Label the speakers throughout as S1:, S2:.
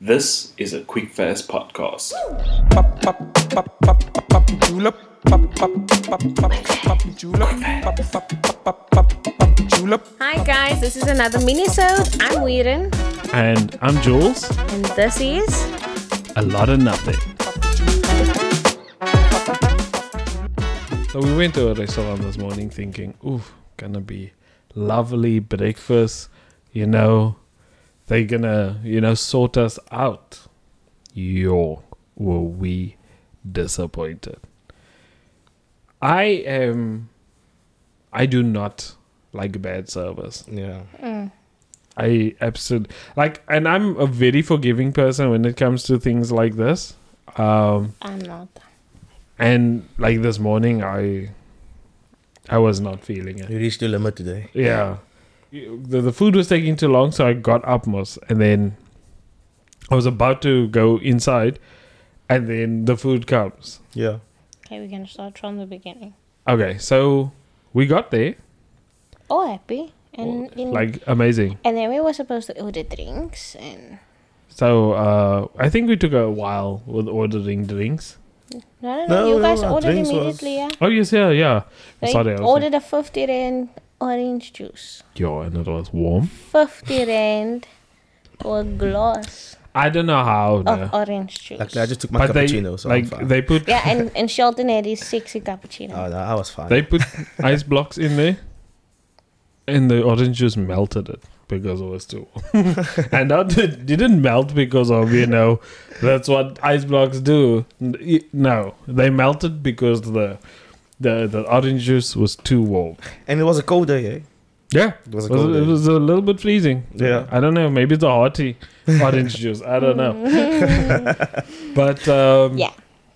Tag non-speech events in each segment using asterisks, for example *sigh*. S1: This is a Quick Fast podcast.
S2: julep julep
S3: Hi guys, this is another minisode. I'm Weiren,
S4: And I'm Jules.
S3: and this is
S4: A lot of nothing. So we went to a restaurant this morning thinking, ooh, gonna be lovely breakfast. You know, they're gonna, you know, sort us out. Yo, were we disappointed? I am. I do not like bad service.
S5: Yeah.
S4: I absolutely like, and I'm a very forgiving person when it comes to things like this. Um,
S3: I'm not.
S4: and like this morning, I I was not feeling it.
S5: You reached your limit today.
S4: Yeah, You- the, the food was taking too long, so I got Upmos, and then I was about to go inside, and then the food comes.
S5: Yeah.
S3: Okay, we're gonna start from the beginning.
S4: Okay, so we got there,
S3: All Oh, happy, and in,
S4: Oh, like amazing.
S3: and then we were supposed to order drinks, and
S4: So uh, I think we took a while with ordering drinks.
S3: no, no, no,
S5: No,
S3: you
S5: no,
S3: guys
S4: uh,
S5: our
S3: ordered
S5: drinks was-
S3: immediately. Yeah,
S4: Oh yes, yeah, yeah.
S3: they
S4: Sorry, I was
S3: ordered a fifty rand orange juice,
S4: Yo, and it was warm. *laughs*
S3: fifty rand for a glass
S4: I don't know how,
S3: of
S4: no.
S3: orange juice.
S5: Like I just took my
S4: but they
S5: cappuccino, so
S4: like
S5: I'm fine.
S4: they put
S3: yeah, and and Shelton had his sexy cappuccino.
S5: oh no, I was fine.
S4: they *laughs* put ice blocks in there, and the orange juice melted it because it was too. warm. *laughs* and that did- didn't melt because of you know that's what ice blocks do. N- y- No, they melted because the the the orange juice was too warm.
S5: and it was a cold day, eh?
S4: Yeah,
S5: It was a
S4: Was-
S5: cold
S4: it
S5: day.
S4: was a little bit freezing.
S5: Yeah.
S4: I don't know. Maybe it's a hearty orange juice. I don't know. but um,
S3: Yeah,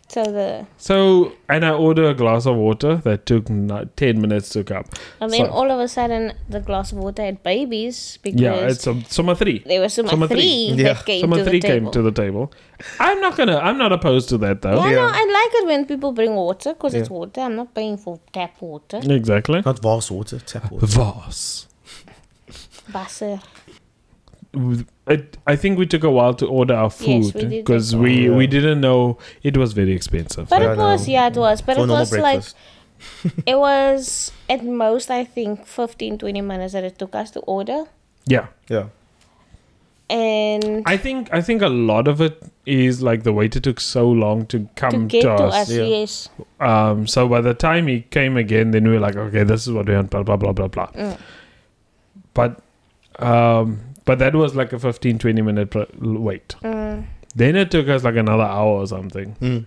S3: so the
S4: So, and I order a glass of water that took ni- 10 minutes to come.
S3: and then
S4: So-
S3: all of a sudden the glass of water had babies because.
S4: Yeah, it's a summer three.
S3: There were summa,
S4: Summa
S3: three,
S4: three.
S5: Yeah.
S3: that came
S4: Summer
S3: to
S4: three
S3: the
S4: came
S3: table.
S4: to the table. I'm not gonna, I'm not opposed to that though.
S3: yeah, no,
S5: Yeah.
S3: I like it when people bring water because it's water. I'm not paying for tap water.
S5: Mm.
S4: Exactly.
S5: Not vast water, tap water.
S4: Voss.
S3: Basser.
S4: It, I think we took a while to order our
S3: Yes,
S4: food
S3: we did
S4: because
S3: that.
S4: we,
S5: Oh, yeah.
S4: we didn't know it was very expensive.
S3: But
S5: Yeah,
S3: it was,
S5: no.
S3: yeah, it was. But
S5: For
S3: it
S5: normal
S3: was like,
S5: breakfast. *laughs*
S3: it was at most, I think, 15, 20 minutes that it took us to order.
S4: yeah,
S5: yeah.
S3: And
S4: I think I think a lot of it is like the waiter took so long to
S3: to
S4: come to,
S3: get to us,
S5: yeah.
S3: yes.
S4: Um, so by the time he came again, then we were like, okay, this is what we want, blah blah blah blah blah. But, um, but that was like a 15, 20 minute pro- l- wait. Then it took us like another hour or something
S5: Mm.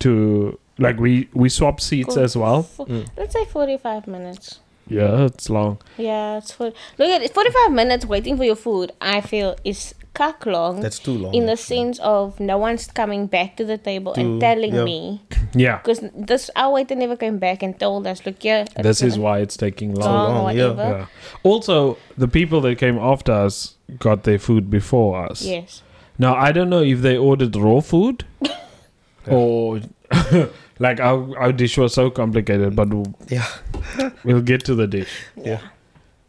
S4: to like we we swapped seats
S3: Cool.
S4: as
S5: Oh,
S4: well.
S3: For-
S5: mm.
S3: Let's say 45 minutes.
S4: Yeah, it's long.
S3: Yeah, it's for, look at it. 45 minutes waiting for your food, I feel, is cuck long.
S5: That's too long.
S3: in the sense of no one's coming back to the table and
S5: To-
S3: telling
S5: yeah.
S3: me
S4: Yeah,
S3: because this our waiter never came back and told us look yeah it's
S4: this is
S3: gonna
S4: why it's taking
S3: be
S4: long.
S3: long or
S5: long, yeah.
S3: whatever
S4: Yeah. Also, the people that came after us got their food before us.
S3: yes
S4: Now I don't know if they ordered raw food or *laughs* like our, our dish was so complicated, but we'll,
S5: Yeah.
S4: we'll get to the dish.
S5: Yeah.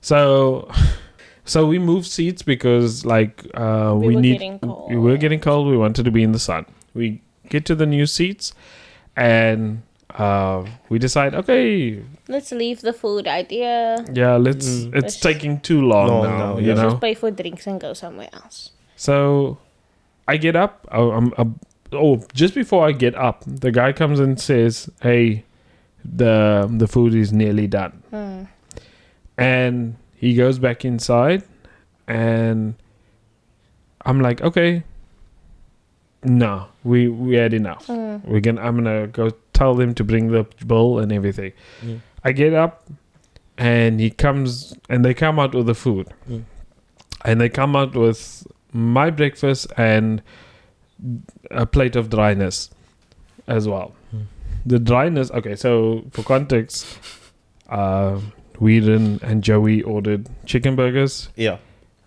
S4: So, *laughs* so we moved seats because like uh,
S3: We
S4: we,
S3: were
S4: need
S3: getting cold.
S4: we were getting cold. We wanted to be in the sun. We get to the new seats, and uh, we decide okay,
S3: let's leave the food idea
S4: yeah, let's. It's
S3: Let's-
S4: taking too long,
S5: Long
S4: now,
S5: now,
S4: you
S5: yeah.
S4: know.
S3: just pay for drinks and go somewhere else
S4: So I get up. I, I'm, I'm- oh, just before I get up, the guy comes and says, "Hey, the the food is nearly done," and he goes back inside, and I'm like, "Okay, no, we we had enough. We're gonna I'm gonna go tell them to bring the bill and everything."
S5: Mm.
S4: I get up, and he comes, and they come out with the food,
S5: Mm.
S4: and they come out with my breakfast and a plate of dryness as well.
S5: Mm.
S4: The dryness. Okay, so for context, uh, Whedon and Joey ordered chicken burgers,
S5: Yeah.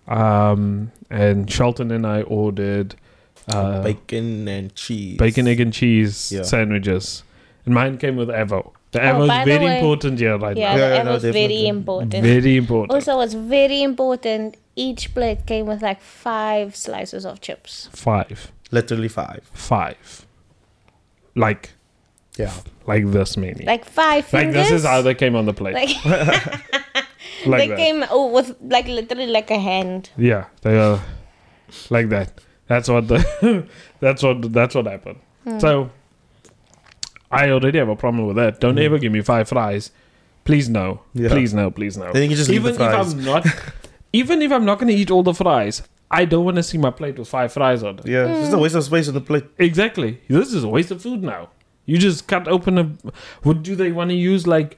S4: um, and Shelton and I ordered uh,
S5: Bacon and cheese.
S4: bacon, egg, and cheese
S5: Yeah.
S4: sandwiches. And mine came with Evo. The
S3: Oh,
S4: ammo is
S3: by the
S4: very
S3: way-
S4: important here right
S3: Yeah,
S5: Yeah,
S3: the
S5: yeah,
S3: ammo
S5: no,
S3: was very
S5: definitely.
S4: now.
S3: important.
S4: Very important.
S3: Also, what's very important, each plate came with like five slices of chips.
S4: five,
S5: Literally five.
S4: five, like
S5: Yeah.
S4: like this many.
S3: Like five
S4: Like
S3: fingers.
S4: this is how they came on the plate. *laughs* Like,
S3: Like, *laughs* they
S4: that.
S3: came oh, with like literally like a hand.
S4: Yeah, they are like that. That's what the *laughs* that's what that's what happened.
S3: Hmm.
S4: So I already have a problem with that. Don't ever give me five fries. Please no.
S5: Hmm. Yeah.
S4: Please no. Please no.
S5: Then you can just leave
S4: even
S5: the fries.
S4: if I'm not, even if I'm not gonna eat all the fries, I don't want to see my plate with five fries on it.
S5: Yeah, there's no waste of space on the plate. *laughs*
S4: Exactly. This is a waste of food now. You just cut open a. Would do they want to use like,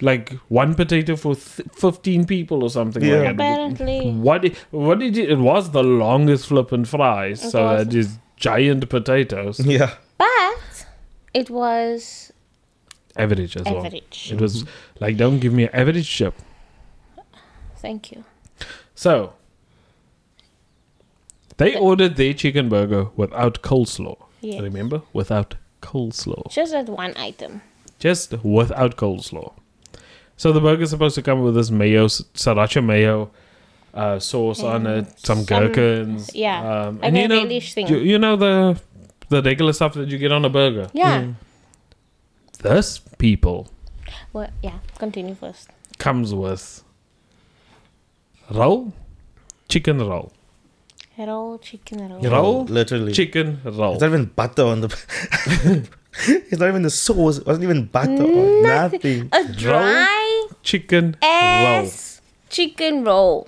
S4: like one potato for th- fifteen people or something
S5: Yeah.
S4: like that?
S3: Apparently.
S4: What did, what did you, it was the longest flippin' fries,
S3: It
S4: so
S3: was.
S4: that is giant potatoes.
S5: Yeah.
S3: But it was
S4: Average as well.
S3: average.
S4: It was like don't give me an average chip.
S3: Thank you.
S4: So they ordered their chicken burger without coleslaw.
S3: Yes.
S4: Remember? Without coleslaw.
S3: Just that one item.
S4: Just without coleslaw. So the burger's supposed to come with this mayo s- sriracha mayo uh, sauce on
S3: And
S4: it, some,
S3: some-
S4: gherkins.
S3: yeah,
S4: Um,
S3: like
S4: and
S3: a
S4: you know,
S3: relish thing.
S4: you, you know the the regular stuff that you get on a burger.
S3: Yeah.
S4: this people
S3: Well, yeah. Continue first.
S4: comes with roll, chicken roll,
S3: Roll chicken roll.
S4: Yeah. Roll?
S5: Oh, Literally.
S4: chicken roll.
S5: It's not even butter on the. *laughs* it's not even the sauce. It wasn't even butter or nothing.
S3: A dry
S4: chicken roll.
S3: ass chicken roll.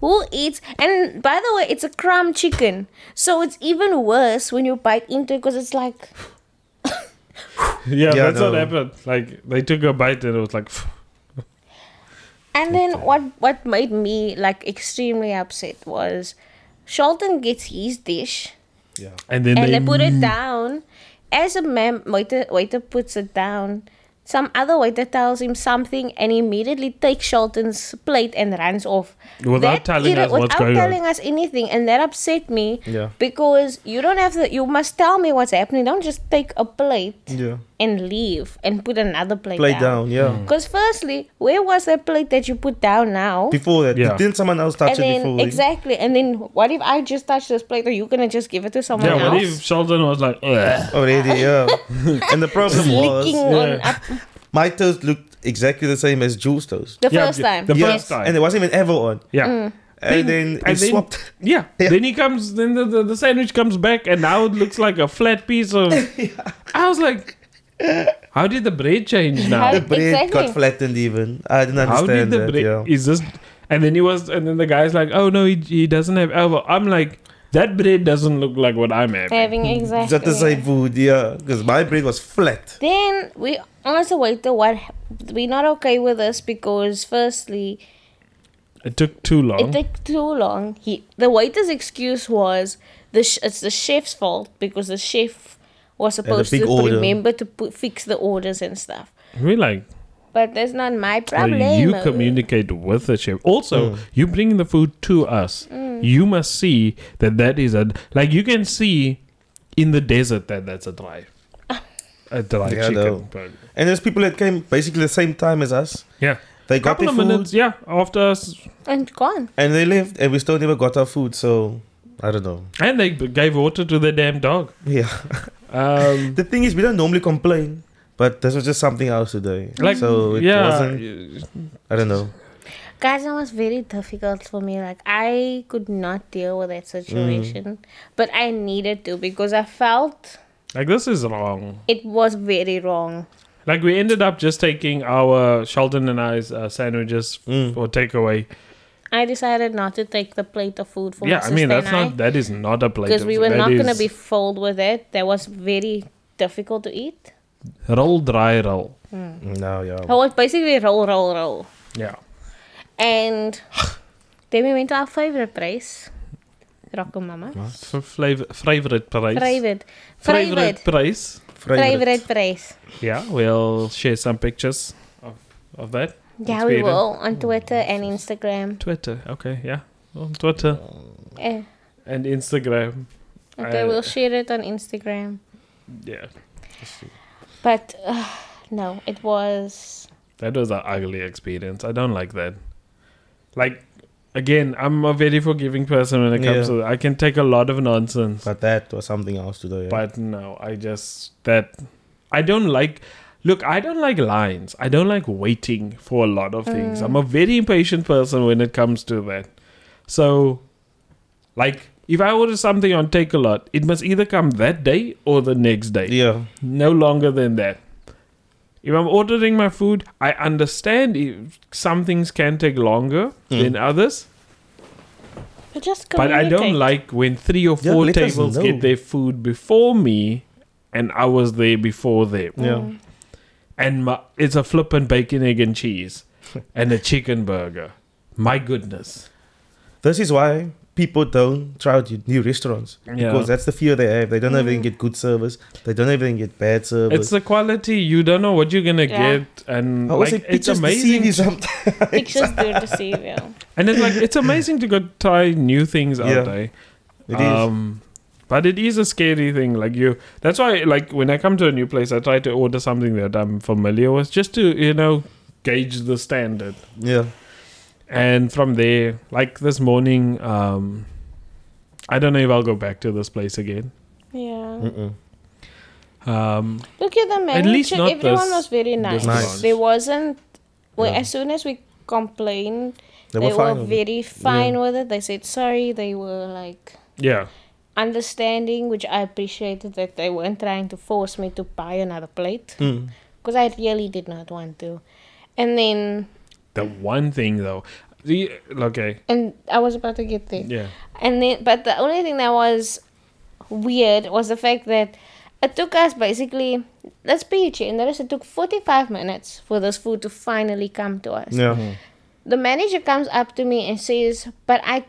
S3: Who eats? And by the way, it's a crumb chicken, so it's even worse when you bite into it because it's like
S4: Yeah,
S5: Yeah,
S4: that's what
S5: no.
S4: happened. Like they took a bite and it was like, *sighs*
S3: And then what what made me like extremely upset was Shelton gets his dish
S5: Yeah.
S4: and then
S3: and
S4: they, mm.
S3: they put it down. As a man waiter waiter puts it down, some other waiter tells him something and immediately takes Shelton's plate and runs off.
S4: Without telling
S3: irri-
S4: us what's
S3: without
S4: going on.
S3: telling us anything and that upset me
S5: Yeah.
S3: because you don't have the you must tell me what's happening. Don't just take a plate
S5: Yeah.
S3: and leave and put another plate
S5: Play down. Yeah.
S3: because firstly, where was that plate that you put down now?
S5: Before that,
S4: Yeah.
S5: didn't someone else touch
S3: and
S5: it
S3: then
S5: before? we-
S3: exactly, and then what if I just touch this plate? Are you gonna just give it to someone
S4: yeah,
S3: else?
S4: what if Sheldon was like, "Ugh."
S5: Already,
S4: *laughs*
S5: yeah. and the problem
S3: Licking on
S5: was
S3: up
S5: my toast looked exactly the same as Jules' toast.
S3: the
S4: Yeah,
S3: first
S4: the-
S3: time.
S4: the
S5: Yeah,
S4: first time.
S5: And it wasn't even ever on.
S4: yeah.
S3: Mm.
S5: And then it swapped.
S4: Yeah.
S5: *laughs* Yeah.
S4: Then he comes. Then the, the, the sandwich comes back, and now it looks like a flat piece
S5: *laughs*
S4: of. I was like, how did the bread change now?
S3: How
S5: The bread
S3: Exactly.
S5: got flattened even. I didn't
S4: How did
S5: understand
S4: the
S5: that.
S4: bread?
S5: yeah.
S4: Is this? And then he was, and then the guy's like, oh no, he, he doesn't have elbow. I'm like, that bread doesn't look like what I'm having.
S3: having
S5: Is
S3: exactly.
S5: that the same food? Yeah. Because my bread was flat.
S3: Then we asked the waiter what hap- we're not okay with this because firstly
S4: It took too long.
S3: it took too long. He the waiter's excuse was the sh- it's the chef's fault because the chef was supposed
S5: big
S3: to
S5: order.
S3: remember to put, fix the orders and stuff.
S4: We're like,
S3: But that's not my
S4: well,
S3: problem.
S4: you communicate with the chef. Also,
S5: Mm.
S4: you bring the food to us.
S3: Mm.
S4: You must see that that is a like you can see in the desert that that's a
S3: *laughs*
S4: dry, a dry
S5: Yeah,
S4: chicken
S5: though.
S4: burger.
S5: And there's people that came basically the same time as us.
S4: Yeah.
S5: They got
S4: Couple
S5: their
S4: of
S5: food
S4: minutes, yeah, after us,
S3: and gone.
S5: and they left, and we still never got our food. So I don't know.
S4: and they b- gave water to the damn dog.
S5: Yeah. *laughs*
S4: Um,
S5: the thing is, we don't normally complain, but this was just something else today.
S4: like,
S5: so it
S4: yeah,
S5: wasn't. I don't know.
S3: Guys, that was very difficult for me. Like, I could not deal with
S5: Mm.
S3: that situation, but I needed to because I felt
S4: like this is wrong.
S3: it was very wrong.
S4: Like we ended up just taking our Sheldon and I's uh, sandwiches
S5: Mm.
S4: for takeaway.
S3: I decided not to take the plate of food for my
S4: Yeah, I
S3: sister
S4: mean that's
S3: and I
S4: not that is not a plate
S3: because
S4: of-
S3: we were
S4: that
S3: not gonna
S4: is
S3: be filled with it. That was very difficult to eat.
S4: roll dry roll.
S5: No, yeah.
S3: I was basically roll, roll, roll,
S4: Yeah, *sighs*
S3: and then we went to our favorite place, Rocco Mama.
S4: for flavor favorite price.
S3: Private,
S4: Favorite
S3: private,
S4: price.
S3: private place.
S4: Yeah, we'll share some pictures of of that.
S3: Yeah, we
S4: Experience.
S3: will on Twitter and Instagram.
S4: Twitter. Okay, yeah, on Twitter
S3: Eh.
S4: and Instagram.
S3: Okay,
S4: I-
S3: we'll share it on Instagram.
S4: Yeah.
S3: But uh, No, it was.
S4: That was an ugly experience. I don't like that. Like, again, I'm a very forgiving person when it comes
S5: Yeah.
S4: to. I can take a lot of nonsense,
S5: But that was something else to do. Yeah.
S4: but no, I just that I don't like. Look, I don't like lines. I don't like waiting for a lot
S5: Uh.
S4: of things. I'm a very impatient person when it comes to that. So, like, if I order something on Take a Lot, it must either come that day or the next day
S5: yeah,
S4: no longer than that. If I'm ordering my food, I understand if some things can take longer
S5: Mm.
S4: than others,
S3: But just
S4: but I don't
S3: communicate.
S4: like when three or
S5: Yeah,
S4: four
S5: let us
S4: tables
S5: know.
S4: get their food before me and I was there before them.
S5: yeah.
S3: Mm.
S4: And my, it's a flippin' bacon, egg, and
S5: *laughs*
S4: cheese and a chicken burger. My goodness.
S5: This is why people don't try out new restaurants
S4: Yeah.
S5: because that's the fear they have. They don't know if they
S3: Mm.
S5: can get good service. They don't know if they can get bad service.
S4: It's the quality. You don't know what you're going to
S3: Yeah.
S4: get. And
S5: I always
S4: like,
S5: say
S4: it's
S5: pictures
S4: amazing
S5: deceive you
S3: *laughs*
S5: sometimes.
S3: Pictures do deceive you.
S4: And it's like
S5: *coughs*
S4: it's amazing to go try new things out
S5: Yeah,
S4: there.
S5: *laughs* it is.
S4: um, But it is a scary thing. Like you, that's why. Like when I come to a new place, I try to order something that I'm familiar with, just to you know gauge the standard.
S5: yeah,
S4: And from there, like this morning, um, I don't know if I'll go back to this place again.
S5: Mm.
S3: Yeah.
S4: Um,
S3: Look at the menu.
S4: least not
S3: Everyone
S4: this-
S3: was very
S4: this
S3: nice.
S5: Nice.
S3: There wasn't. Well,
S5: Yeah.
S3: as soon as we complained,
S5: they
S3: they
S5: were fine.
S3: were
S5: with it.
S3: very fine with it. They said sorry. They were like
S4: yeah,
S3: understanding, which I appreciated that they weren't trying to force me to buy another plate
S5: Mm.
S3: because I really did not want to. And then,
S4: the one thing though, the okay,
S3: and I was about to get there.
S4: yeah,
S3: And then, but the only thing that was weird was the fact that it took us basically, let's be generous, it took 45 minutes for this food to finally come to us.
S5: Yeah,
S4: Mm.
S3: The manager comes up to me and says, But I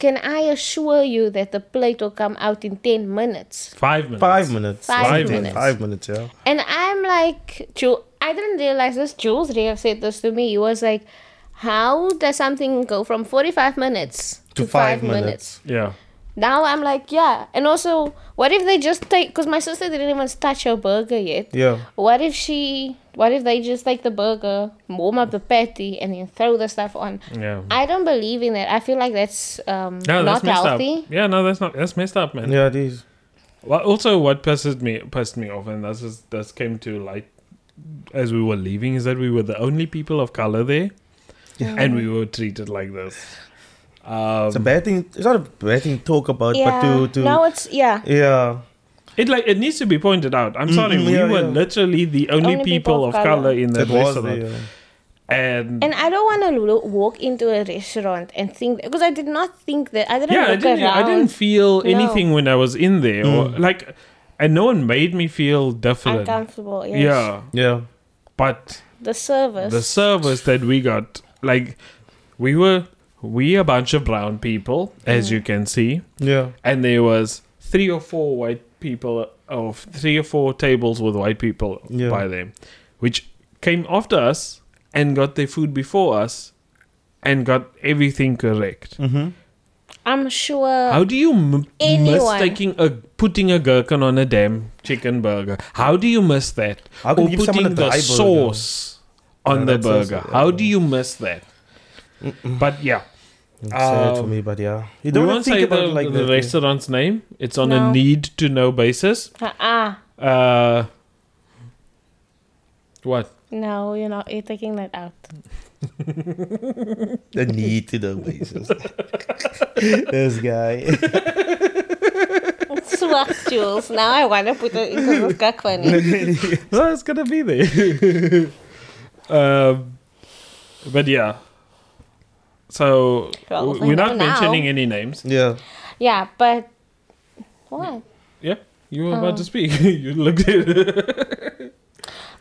S3: can I assure you that the plate will come out in 10 minutes?
S4: five minutes,
S5: five minutes.
S3: Five
S5: Five
S3: minutes.
S5: Five minutes. Yeah.
S3: And I'm like, Ju- I didn't realize this. Jules really said this to me. He was like, How does something go from 45 minutes to, five, minutes?
S4: yeah,
S3: Now I'm like, yeah. And also, what if they just take? Because my sister didn't even touch her burger yet.
S5: Yeah.
S3: What if she? What if they just take the burger, warm up the patty, and then throw the stuff on?
S4: yeah.
S3: I don't believe in that. I feel like that's um
S4: Mm. No,
S3: not
S4: that's messed
S3: healthy.
S4: up. Yeah, no, that's not. That's messed up, man.
S5: Yeah, it is.
S4: Well, also, what pisses me pissed me off, and this is this came to light as we were leaving, is that we were the only people of color there, and we were treated like this.
S5: It's a
S4: Um,
S5: bad thing. It's not a bad thing to talk about,
S3: Yeah.
S5: but to to
S3: now it's yeah.
S5: yeah,
S4: it like it needs to be pointed out. I'm sorry,
S5: mm,
S4: we
S5: yeah,
S4: were
S5: yeah.
S4: literally the only, people, of color, in that
S5: that was the, uh,
S4: restaurant,
S5: yeah.
S4: and,
S3: And I don't want to lo- walk into a restaurant and think because I did not think that I didn't
S4: yeah, I
S3: look
S4: didn't
S3: around.
S4: I didn't feel
S3: No.
S4: anything when I was in there,
S5: Mm.
S4: or like, and no one made me feel different.
S3: uncomfortable. Yes.
S4: Yeah,
S5: yeah.
S4: but
S3: The service.
S4: the service that we got like we were we a bunch of brown people as you can see
S5: Yeah.
S4: and there was three or four white people of three or four tables with white people
S5: Yeah.
S4: by them which came after us and got their food before us and got everything correct
S3: I'm sure.
S4: how do you m- miss
S3: Anyone.
S4: taking a putting a gherkin on a damn chicken burger? How do you miss that?
S5: How can
S4: or
S5: you give someone
S4: putting
S5: a
S4: the
S5: dry burger?
S4: sauce on
S5: Yeah,
S4: the
S5: that's also-
S4: burger? How do you miss that? But yeah,
S5: Sad for
S4: Um,
S5: me, but yeah. You
S4: we
S5: don't wanna
S4: won't
S5: think
S4: say
S5: about
S4: the,
S5: it like
S4: the
S5: that.
S4: restaurant's name. It's on
S3: No.
S4: a need to know basis.
S3: Ah,
S4: Uh, what?
S3: no, you're not. You're taking that out.
S5: The need to know basis. *laughs* this guy.
S3: Swags Jules. Now I want to put it into
S5: *laughs*
S3: this guy funny.
S4: No, it's gonna be there. *laughs* um, but yeah. So
S3: Well,
S4: w-
S3: we
S4: we're
S3: know
S4: not
S3: now.
S4: mentioning any names.
S5: *laughs* Yeah.
S3: Yeah, but what?
S4: Yeah, you were about to
S3: Oh.
S4: speak. *laughs* you looked at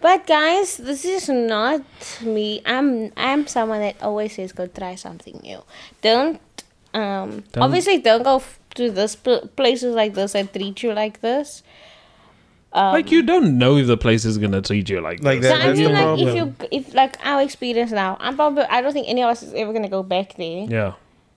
S3: But guys, this is not me. I'm I'm someone that always says go try something new. Don't um
S4: Don't-
S3: obviously don't go f- to this pl- places like this that treat you like this. Um,
S4: like you don't know if the place is gonna treat you like
S5: Like
S4: this.
S3: so
S5: that,
S3: I
S5: that's the
S3: mean, like if you
S5: problem.
S3: if like our experience now, I'm probably I don't think any of us is ever gonna go back there.
S4: Yeah,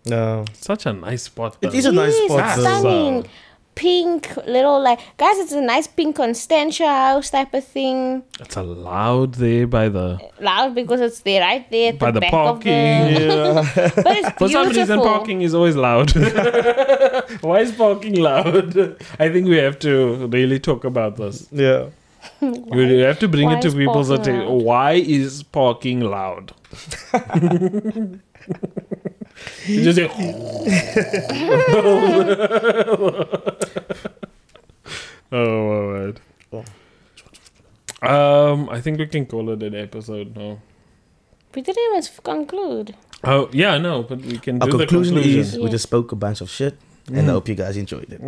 S5: No.
S4: such a nice spot.
S5: It
S4: though.
S5: is a nice
S3: Yes,
S5: spot,
S3: it's
S5: though.
S3: stunning. pink little like guys. It's a nice pink Constantia house type of thing.
S4: It's allowed there by the.
S3: Loud because it's there right there at
S4: By
S3: the, back
S4: the parking.
S5: *laughs*
S3: of
S4: *laughs*
S3: the. But it's
S4: For
S3: beautiful.
S4: some reason, parking is always loud. *laughs* Why is parking loud? *laughs* I think we have to really talk about this.
S5: Yeah.
S4: We really have to bring
S3: Why
S4: it to
S3: is
S4: people's
S3: parking
S4: attention.
S3: loud?
S4: Why is parking loud? you just say. *laughs* oh, my word. Um, I think we can call it an episode now.
S3: We didn't even f-
S5: *laughs*
S3: conclude.
S4: Oh, yeah, no, but we can
S5: Our
S4: do the
S5: conclusion,
S4: conclusion.
S5: is we
S3: Yeah.
S5: just spoke a bunch of shit, and I hope you guys enjoyed it.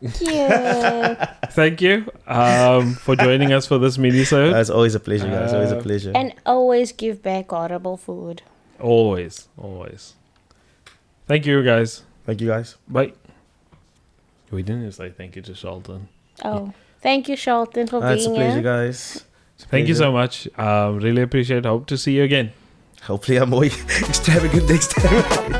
S3: Yeah.
S4: Thank you um, for joining us for this mini
S5: *laughs* Uh, it's always a pleasure, guys. Always a
S4: Uh,
S5: pleasure.
S3: and always give back horrible food.
S4: Always, always. Thank you, guys.
S5: Thank you, guys.
S4: Bye. We didn't even say thank you to Shelton.
S3: Oh, thank you, Charlton, for
S5: Uh, it's a
S3: being
S5: pleasure,
S3: here.
S5: guys. It's a
S4: Thank you
S5: pleasure.
S4: so much. Um, really appreciate. Hope to see you again.
S5: Hopefully, I'm more *laughs* extravagant next time. *laughs*